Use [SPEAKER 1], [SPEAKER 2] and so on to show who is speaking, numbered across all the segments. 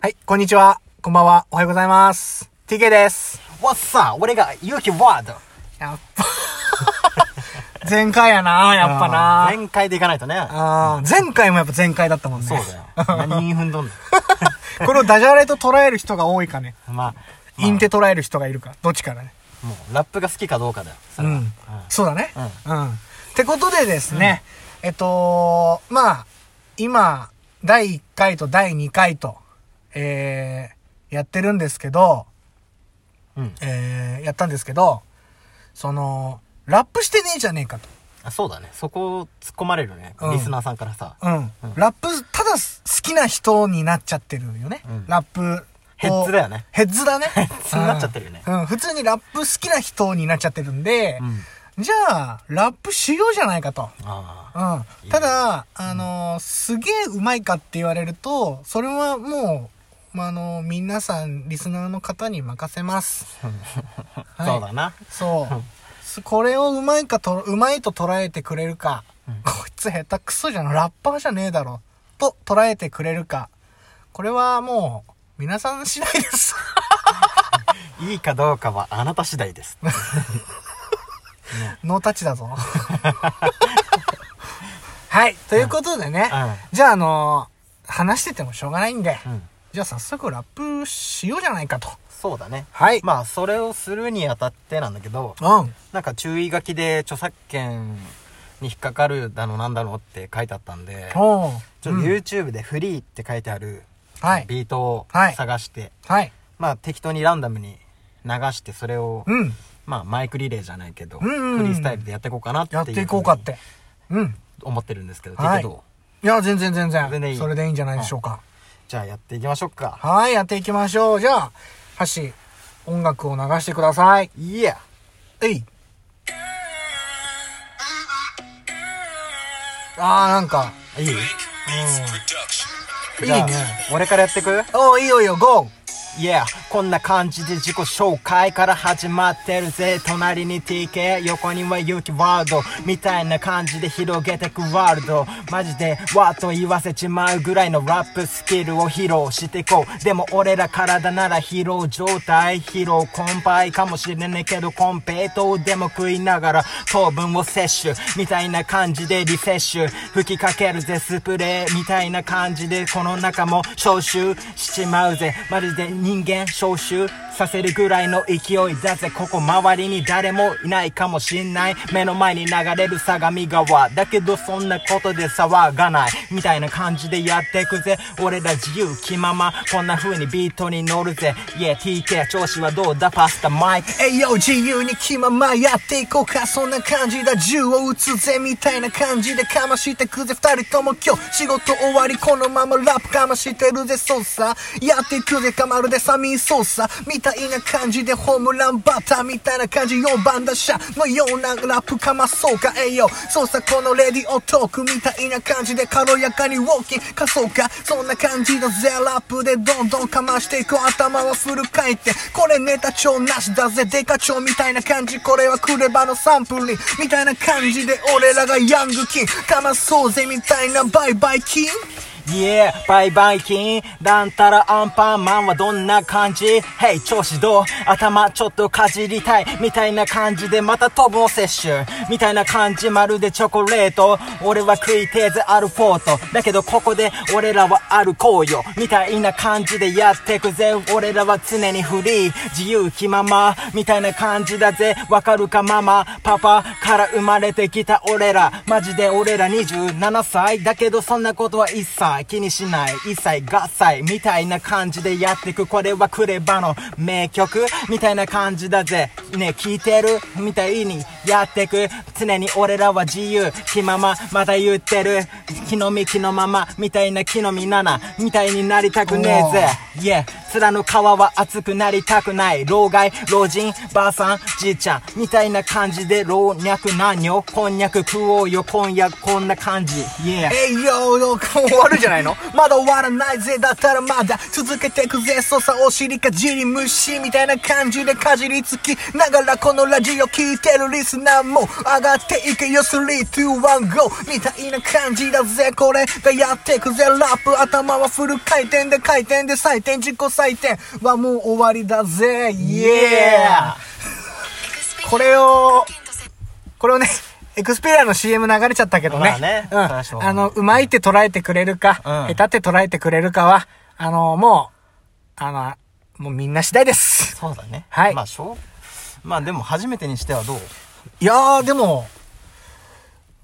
[SPEAKER 1] はい、こんにちは。こんばんは。おはようございます。TK です。
[SPEAKER 2] What's up? 俺が勇気ワード
[SPEAKER 1] やっぱ、 前回やな、やっぱな。
[SPEAKER 2] 全開でいかないとね。
[SPEAKER 1] あー前回もやっぱ前回だったもんね。
[SPEAKER 2] そうだよ。 何人踏んどん
[SPEAKER 1] これをダジャレと捉える人が多いかね。
[SPEAKER 2] のまあ、
[SPEAKER 1] インテ捉える人がいるか。どっちからね。
[SPEAKER 2] もう、ラップが好きかどうかだよ。そうれは
[SPEAKER 1] ん。そうだね。う。
[SPEAKER 2] う
[SPEAKER 1] っ
[SPEAKER 2] ん
[SPEAKER 1] てことでですね、えっと、まあ、今、第1回と第2回と、えー、やってるんですけど、
[SPEAKER 2] うん。
[SPEAKER 1] えー、やったんですけど、その、ラップしてねえじゃねえかと。
[SPEAKER 2] あそうだね。そこを突っ込まれるね
[SPEAKER 1] う。ん
[SPEAKER 2] リスナーさんからさ。
[SPEAKER 1] うん。ラップ、ただ好きな人になっちゃってるよね。
[SPEAKER 2] うん
[SPEAKER 1] ラップを。
[SPEAKER 2] ヘッズだよね
[SPEAKER 1] ヘッズ だね。ヘ
[SPEAKER 2] ッズになっちゃってるよね
[SPEAKER 1] うん。普通にラップ好きな人になっちゃってるんで、
[SPEAKER 2] う
[SPEAKER 1] じゃあ、ラップしようじゃないかと。
[SPEAKER 2] ああ。
[SPEAKER 1] うん。ただ、あのーすげえうまいかって言われると、それはもう、まあ、あのー皆さん、リスナーの方に任せ ます。はい
[SPEAKER 2] そうだな。
[SPEAKER 1] そう。すこれをうまいかと、うまいと捉えてくれるか、こいつ下手くそじゃん、ラッパーじゃねえだろ、と捉えてくれるか、これはもう、皆さん次第 です。
[SPEAKER 2] いいかどうかはあなた次第です。
[SPEAKER 1] ノータッチだぞ。はい、ということでね、
[SPEAKER 2] うんうん
[SPEAKER 1] じゃああのー話しててもしょうがないんで、
[SPEAKER 2] うん
[SPEAKER 1] じゃあ早速ラップしようじゃないかと。
[SPEAKER 2] そうだね。
[SPEAKER 1] はい
[SPEAKER 2] まあ、それをするにあたってなんだけど、
[SPEAKER 1] うん。
[SPEAKER 2] なんか注意書きで著作権に引っかかるだのなんだろうって書いてあったんで、
[SPEAKER 1] おう
[SPEAKER 2] ちょっと YouTube でフリーって書いてある、
[SPEAKER 1] はい
[SPEAKER 2] ビートを
[SPEAKER 1] はい
[SPEAKER 2] 探して、
[SPEAKER 1] はい。
[SPEAKER 2] まあ適当にランダムに流してそれを、
[SPEAKER 1] うん。
[SPEAKER 2] まあマイクリレーじゃないけど、
[SPEAKER 1] うんうんうん
[SPEAKER 2] フリースタイルでやっていこうかなってい
[SPEAKER 1] や
[SPEAKER 2] う
[SPEAKER 1] っていこうかって。うん。
[SPEAKER 2] ふうに思ってるんですけど、
[SPEAKER 1] はい
[SPEAKER 2] だけど
[SPEAKER 1] いや、全然全然。
[SPEAKER 2] 全然いい
[SPEAKER 1] それでいいんじゃないでしょうか。
[SPEAKER 2] じゃあやっていきましょうか
[SPEAKER 1] はい、やっていきましょう。じゃあ、ハシ、音楽を流してください。
[SPEAKER 2] いや
[SPEAKER 1] えい。あー、なんか、
[SPEAKER 2] いい
[SPEAKER 1] いい
[SPEAKER 2] じゃあ
[SPEAKER 1] ね。
[SPEAKER 2] 俺からやってく
[SPEAKER 1] おー、いいよいいよ、ゴー
[SPEAKER 2] いや、こんな感じで自己紹介から始まってるぜ隣に TK 横には勇気ワールドみたいな感じで広げてくワールドマジでわーと言わせちまうぐらいのラップスキルを披露していこうでも俺ら体なら疲労状態疲労困憊かもしれないけどコンペイトーでも食いながら糖分を摂取みたいな感じでリセッシュ吹きかけるぜスプレーみたいな感じでこの中も消臭しちまうぜまるで人間消臭させるぐらいの勢いだぜここ周りに誰もいないかもしんない目の前に流れる相模川だけどそんなことで騒がないみたいな感じでやってくぜ俺ら自由気ままこんな風にビートに乗るぜ YeahTK 調子はどうだパスタマイク
[SPEAKER 1] えいよ自由に気ままやっていこうかそんな感じだ銃を撃つぜみたいな感じでかましてくぜ二人とも今日仕事終わりこのままラップかましてるぜそうさやっていくぜかまるでサミーソーサみたいな感じでホームランバッターみたいな感じ4番打者のようなラップかまそうかえいよそうさこのレディオトークみたいな感じで軽やかにウォーキンかそうかそんな感じのゼラップでどんどんかましていこう頭はフル回転これネタ帳なしだぜデカ帳みたいな感じこれはクレバのサンプリンみたいな感じで俺らがヤングキンかまそうぜみたいなバイバイキン
[SPEAKER 2] Yeah, バイバイキン。だんたらアンパンマンはどんな感じ Hey, 調子どう頭ちょっとかじりたい。みたいな感じでまた糖分を摂取。みたいな感じまるでチョコレート。俺は食いてえぜアルフォート。だけどここで俺らは歩こうよ。みたいな感じでやってくぜ。俺らは常にフリー。自由気まま。みたいな感じだぜ。わかるかママ。パパから生まれてきた俺ら。マジで俺ら27歳。だけどそんなことは一切気にしない。一切合切みたいな感じでやってく。これはクレバの名曲みたいな感じだぜ。ねえ、聞いてるみたいにやってく。常に俺らは自由。気まま、また言ってる。気の身気のままみたいな気の身ななみたいになりたくねえぜ。Yeah. つらの皮は熱くなりたくない老害老人ばあさんじいちゃんみたいな感じで老若男女こんにゃく食おうよ今夜こんな感じ Yeah
[SPEAKER 1] えいよどうか終わるんじゃないのまだ終わらないぜだったらまだ続けてくぜそうさお尻かじり虫みたいな感じでかじりつきながらこのラジオ聞いてるリスナーも上がっていけよ321みたいな感じだぜこれがやってくぜラップ頭はフル回転で回転で採点自己採点はもう終わりだぜイエ ーこれをこれをねエクスペリアの CM 流れちゃったけどね。
[SPEAKER 2] まあね
[SPEAKER 1] うん。
[SPEAKER 2] それはしょうがない
[SPEAKER 1] あの、うまいって捉えてくれるか、
[SPEAKER 2] うん
[SPEAKER 1] 下手って捉えてくれるかは、あの、もう、あの、もうみんな次第 です。
[SPEAKER 2] そうだね
[SPEAKER 1] はい
[SPEAKER 2] まあしょうまあでも初めてにしてはどう
[SPEAKER 1] いやー、でも、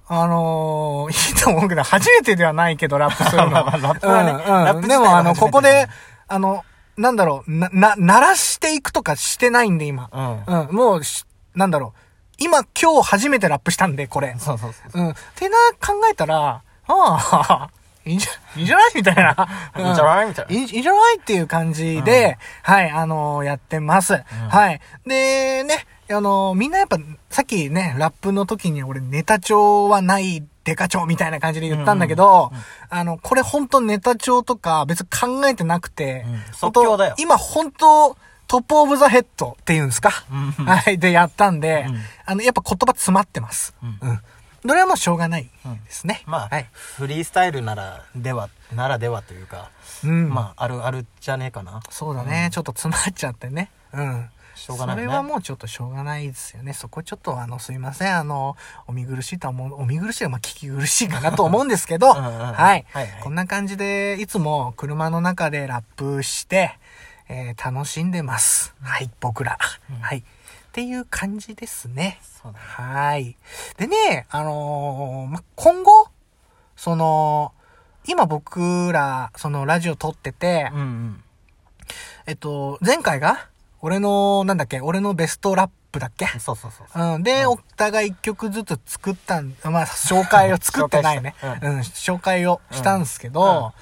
[SPEAKER 1] あのー、いいと思うけど、初めてではないけど、ラップするの
[SPEAKER 2] まあまあラップはね
[SPEAKER 1] うんうん
[SPEAKER 2] ラップ自体
[SPEAKER 1] で
[SPEAKER 2] は
[SPEAKER 1] も、あの、
[SPEAKER 2] 初めて
[SPEAKER 1] ここで、あの、なんだろう、な、な、鳴らしていくとかしてないんで、今。うん。もうし、なんだろう。今、今日初めてラップしたんで、これ。
[SPEAKER 2] そうそうそう
[SPEAKER 1] うん。ってな、考えたら、ああ、 いいんじゃ、いいんじゃないみたいな。
[SPEAKER 2] いいんじゃないみたいな
[SPEAKER 1] うんいいんじゃないっていう感じで、はい、あのーやってます、はい。で、ね、あのーみんなやっぱ、さっきね、ラップの時に俺ネタ帳はない、デカ帳みたいな感じで言ったんだけど、あの、これ本当ネタ帳とか別に考えてなくて、
[SPEAKER 2] うん
[SPEAKER 1] 本当
[SPEAKER 2] 即興だよ
[SPEAKER 1] 今本当トップオブザヘッドっていうんですか、
[SPEAKER 2] うん
[SPEAKER 1] はい、でやったんで、
[SPEAKER 2] うん
[SPEAKER 1] あの、やっぱ言葉詰まってます。うん。どれはもうしょうがないですね。
[SPEAKER 2] まあ、
[SPEAKER 1] はい。
[SPEAKER 2] フリースタイルならではならではというか、
[SPEAKER 1] うん
[SPEAKER 2] まああるあるじゃねえかな
[SPEAKER 1] そうだね、ちょっと詰まっちゃってね。うん。
[SPEAKER 2] しょうがないね
[SPEAKER 1] それはもうちょっとしょうがないですよね。そこちょっとあの、すいません。あの、お見苦しいとは思う、お見苦しいはまあ聞き苦しいかなと思うんですけど、
[SPEAKER 2] うんうんうん
[SPEAKER 1] はい
[SPEAKER 2] はいはい
[SPEAKER 1] こんな感じで、いつも車の中でラップして、えー楽しんでます。はい、僕ら。はい。っていう感じですね。
[SPEAKER 2] そうだね
[SPEAKER 1] はい。でね、あのーま、今後、その、今僕ら、そのラジオ撮ってて、
[SPEAKER 2] うんうん
[SPEAKER 1] えっと、前回が、俺の、なんだっけ、俺のベストラップだっけ
[SPEAKER 2] そうそうそうそう
[SPEAKER 1] うん、で、お互い一曲ずつ作ったん、まあ、紹介を作ってないね
[SPEAKER 2] 紹介し。
[SPEAKER 1] う
[SPEAKER 2] た
[SPEAKER 1] ん、紹介をしたんすけど、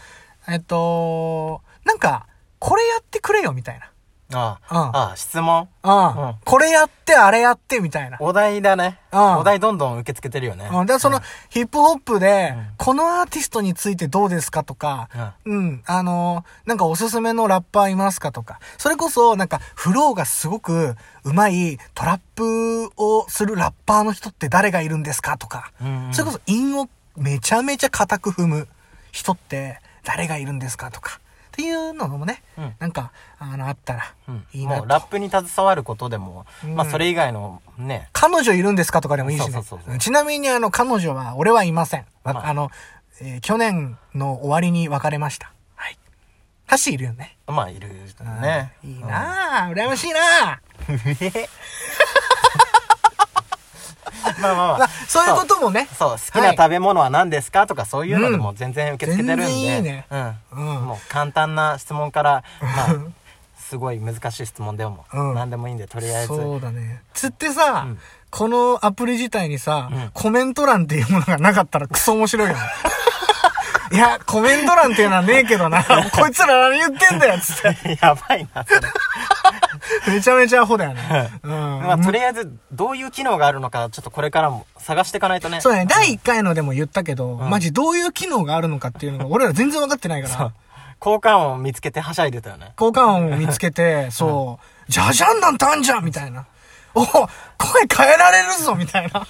[SPEAKER 1] えっと、なんか、これやってくれよ、みたいな。
[SPEAKER 2] ああ、
[SPEAKER 1] うん
[SPEAKER 2] ああ質問
[SPEAKER 1] うん
[SPEAKER 2] うん。
[SPEAKER 1] これやって、あれやって、みたいな。
[SPEAKER 2] お題だね、
[SPEAKER 1] うん
[SPEAKER 2] お題どんどん受け付けてるよね、
[SPEAKER 1] うん、で、その、ヒップホップで、このアーティストについてどうですかとか、うん、あのーなんかおすすめのラッパーいますかとか、それこそ、なんか、フローがすごく上手いトラップをするラッパーの人って誰がいるんですかとか、
[SPEAKER 2] うんうん
[SPEAKER 1] それこそ、韻をめちゃめちゃ固く踏む人って誰がいるんですかとか、っていうのもね、
[SPEAKER 2] うん
[SPEAKER 1] なんか、あの、あったら
[SPEAKER 2] うん、
[SPEAKER 1] いいな
[SPEAKER 2] も
[SPEAKER 1] と。
[SPEAKER 2] うラップに携わることでも、まあそれ以外のね
[SPEAKER 1] 彼女いるんですかとかでもいいし
[SPEAKER 2] そう
[SPEAKER 1] ね
[SPEAKER 2] そうそうそう。
[SPEAKER 1] ちなみにあの、彼女は、俺はいません。わ
[SPEAKER 2] まあ
[SPEAKER 1] あの、えー去年の終わりに別れました。はい。ハッシーいるよね。
[SPEAKER 2] まあいるね
[SPEAKER 1] いいなあ、羨ましいなあ。
[SPEAKER 2] うん まあまあま
[SPEAKER 1] まあ
[SPEAKER 2] あ
[SPEAKER 1] そういうこともね。
[SPEAKER 2] そうそう好きな食べ物は何ですかとかそういうのでも全然受け付けてるんで、
[SPEAKER 1] 全然いいね
[SPEAKER 2] うん
[SPEAKER 1] うん
[SPEAKER 2] もう簡単な質問から、 まあ、すごい難しい質問でも、
[SPEAKER 1] うん
[SPEAKER 2] 何でもいいんでとりあえず
[SPEAKER 1] そうだね。つってさ、
[SPEAKER 2] うん
[SPEAKER 1] このアプリ自体にさ、
[SPEAKER 2] うん
[SPEAKER 1] コメント欄っていうものがなかったらクソ面白いよ ね。いや、コメント欄っていうのはねえけ どな。こいつら何言ってんだよ、つって。
[SPEAKER 2] やばいなそれ、
[SPEAKER 1] めちゃめちゃアホだよね。うん。
[SPEAKER 2] まあ、とりあえずどういう機能があるのかちょっとこれからも探していかないとね
[SPEAKER 1] そうだね。第1回のでも言ったけど、
[SPEAKER 2] ん
[SPEAKER 1] マジどういう機能があるのかっていう のが俺ら全然分かってないから、
[SPEAKER 2] 交換音を見つけてはしゃいでたよね
[SPEAKER 1] 交換音を見つけて、そう、じゃじゃんなんたんじゃんみたいな。お声変えられるぞみたいな。もう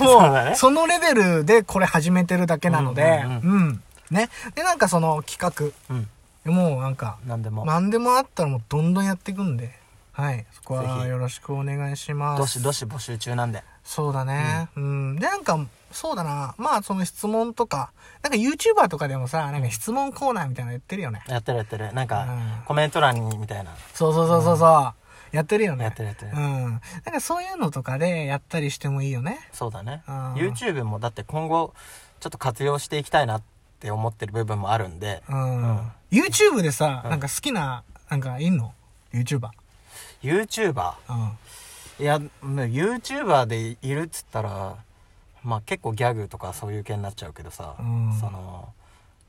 [SPEAKER 2] そうだね
[SPEAKER 1] そのレベルでこれ始めてるだけなので、う
[SPEAKER 2] うんん
[SPEAKER 1] ね。で、なんかその企
[SPEAKER 2] うん
[SPEAKER 1] 画、もうなんか、
[SPEAKER 2] 何でも、
[SPEAKER 1] 何でもあったらもうどんどんやっていくんで、はい。そこ
[SPEAKER 2] ぜ
[SPEAKER 1] は
[SPEAKER 2] ひ
[SPEAKER 1] よろしくお願いします。
[SPEAKER 2] どしどし募集中なんで
[SPEAKER 1] そうだね。うん。で、なんか、そうだな。まあ、その質問とか、なんか YouTuber とかでもさ、なんか質問コーナーみたいなのやってるよね。
[SPEAKER 2] やってるやってるなんか、
[SPEAKER 1] うん
[SPEAKER 2] コメント欄にみたいな
[SPEAKER 1] そうそうそうそうそう。やってるよね。
[SPEAKER 2] やってるやってる
[SPEAKER 1] うん。なんかそういうのとかでやったりしてもいいよね。
[SPEAKER 2] そうだね、
[SPEAKER 1] うん
[SPEAKER 2] YouTube もだって今後ちょっと活用していきたいなって思ってる部分もあるんで、
[SPEAKER 1] うん。YouTube でさ、なんか好きな、なんかいんの ?YouTuber。
[SPEAKER 2] YouTuber
[SPEAKER 1] うん。
[SPEAKER 2] いやね YouTuber でいるっつったらまあ結構ギャグとかそういう系になっちゃうけどさ、
[SPEAKER 1] うん
[SPEAKER 2] その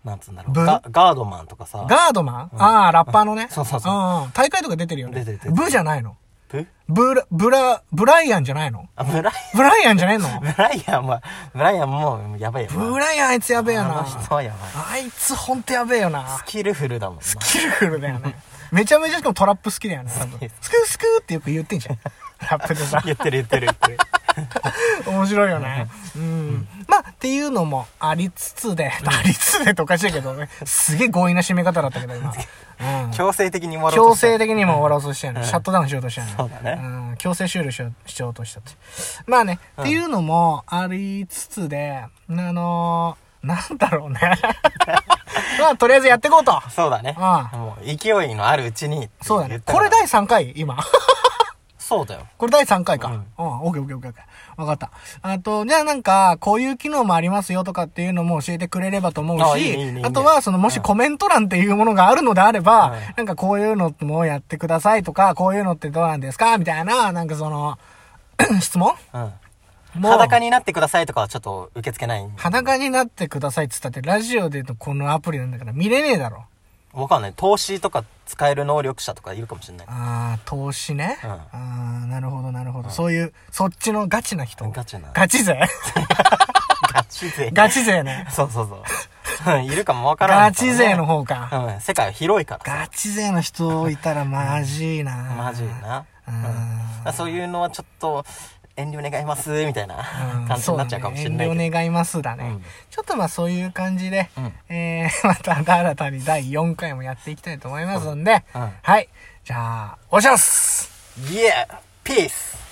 [SPEAKER 2] なんつうんだろう。
[SPEAKER 1] ブ
[SPEAKER 2] ガガードマンとかさ。
[SPEAKER 1] ガードマン、ああ、ラッパーのね。
[SPEAKER 2] そうそうそうん
[SPEAKER 1] ん。大会とか出てるよね。
[SPEAKER 2] 出てる出てる
[SPEAKER 1] ブじゃないの。
[SPEAKER 2] ブ
[SPEAKER 1] ブラ、ブラ、ブライアンじゃないの
[SPEAKER 2] あ、ブライ
[SPEAKER 1] ブライアンじゃねえの
[SPEAKER 2] アン、 ブライアンは、ブライアンもうもうやばいよな。
[SPEAKER 1] ブライアンあいつやべえよ
[SPEAKER 2] あ
[SPEAKER 1] な
[SPEAKER 2] の。人はやばい。
[SPEAKER 1] あいつほんとやべえよな
[SPEAKER 2] ス。キルフルだもんな。ス
[SPEAKER 1] キルフルだよね。めちゃめちゃしかもトラップ好きだよね、多分。スクースクーってよく言ってんじゃん。ラップでさ。
[SPEAKER 2] 言ってる言ってる言 ってる。
[SPEAKER 1] 面白いよね。うん。まあ、っていうのもありつつで、ありつつでっておかしいけどね。すげえ強引な締め方だったけど、 今。うん。
[SPEAKER 2] 強制的に終わろう
[SPEAKER 1] 強
[SPEAKER 2] として
[SPEAKER 1] 制
[SPEAKER 2] る
[SPEAKER 1] 的にも終わろうとしてるの。シャットダウンしようとしてるの。
[SPEAKER 2] そうだね
[SPEAKER 1] うん。強制終了しようしようとしたって。まあね、っていうのもありつつで、あのー、なんだろうね。 まあ、とりあえずやっていこうと。
[SPEAKER 2] そうだね。
[SPEAKER 1] ああ
[SPEAKER 2] もう勢いのあるうちに。
[SPEAKER 1] そうだ
[SPEAKER 2] 言っ
[SPEAKER 1] ね。
[SPEAKER 2] たか
[SPEAKER 1] こ
[SPEAKER 2] ら
[SPEAKER 1] れ第3回今。
[SPEAKER 2] そうだよ。
[SPEAKER 1] これ第3回か。
[SPEAKER 2] う
[SPEAKER 1] うんん。オッケーオッケーオッケーオッケー。わかった。あと、じゃあなんか、こういう機能もありますよとかっていうのも教えてくれればと思うし、
[SPEAKER 2] あ
[SPEAKER 1] あ
[SPEAKER 2] いいねいいねいいね
[SPEAKER 1] とは、その、もしコメント欄っていうものがあるのであれば、
[SPEAKER 2] うん
[SPEAKER 1] なんかこういうのもやってくださいとか、こういうのってどうなんですかみたいな、なんかその、 質問
[SPEAKER 2] うん。
[SPEAKER 1] もう
[SPEAKER 2] 裸になってくださいとかはちょっと受け付けない。
[SPEAKER 1] 裸になってくださいって言ったって、ラジオで言うとこのアプリなんだから見れねえだろ。
[SPEAKER 2] わかんない。投資とか使える能力者とかいるかもしれない。
[SPEAKER 1] ああ、投資ね。
[SPEAKER 2] うん
[SPEAKER 1] ああなるほどなるほど、そういう、そっちのガチな人。
[SPEAKER 2] ガチな
[SPEAKER 1] ガチ 勢
[SPEAKER 2] ガチ勢。
[SPEAKER 1] ガチ勢ね。
[SPEAKER 2] そうそうそう うん。いるかもわからない。
[SPEAKER 1] ガチ勢の。方か。
[SPEAKER 2] うん。世界は広いから。
[SPEAKER 1] ガチ勢の人いたらマジいな。
[SPEAKER 2] マジな。
[SPEAKER 1] う
[SPEAKER 2] うん。だからそういうのはちょっと、遠慮願います、みたいな感じになっちゃうかもしれない
[SPEAKER 1] そうだ
[SPEAKER 2] けど。
[SPEAKER 1] ね遠慮願いますだね、
[SPEAKER 2] うん
[SPEAKER 1] ちょっとまあそういう感じで、
[SPEAKER 2] う
[SPEAKER 1] えー、ま た新たに第4回もやっていきたいと思いますんで、
[SPEAKER 2] うんうん
[SPEAKER 1] はい。じゃあ、おしゃす
[SPEAKER 2] イエーピース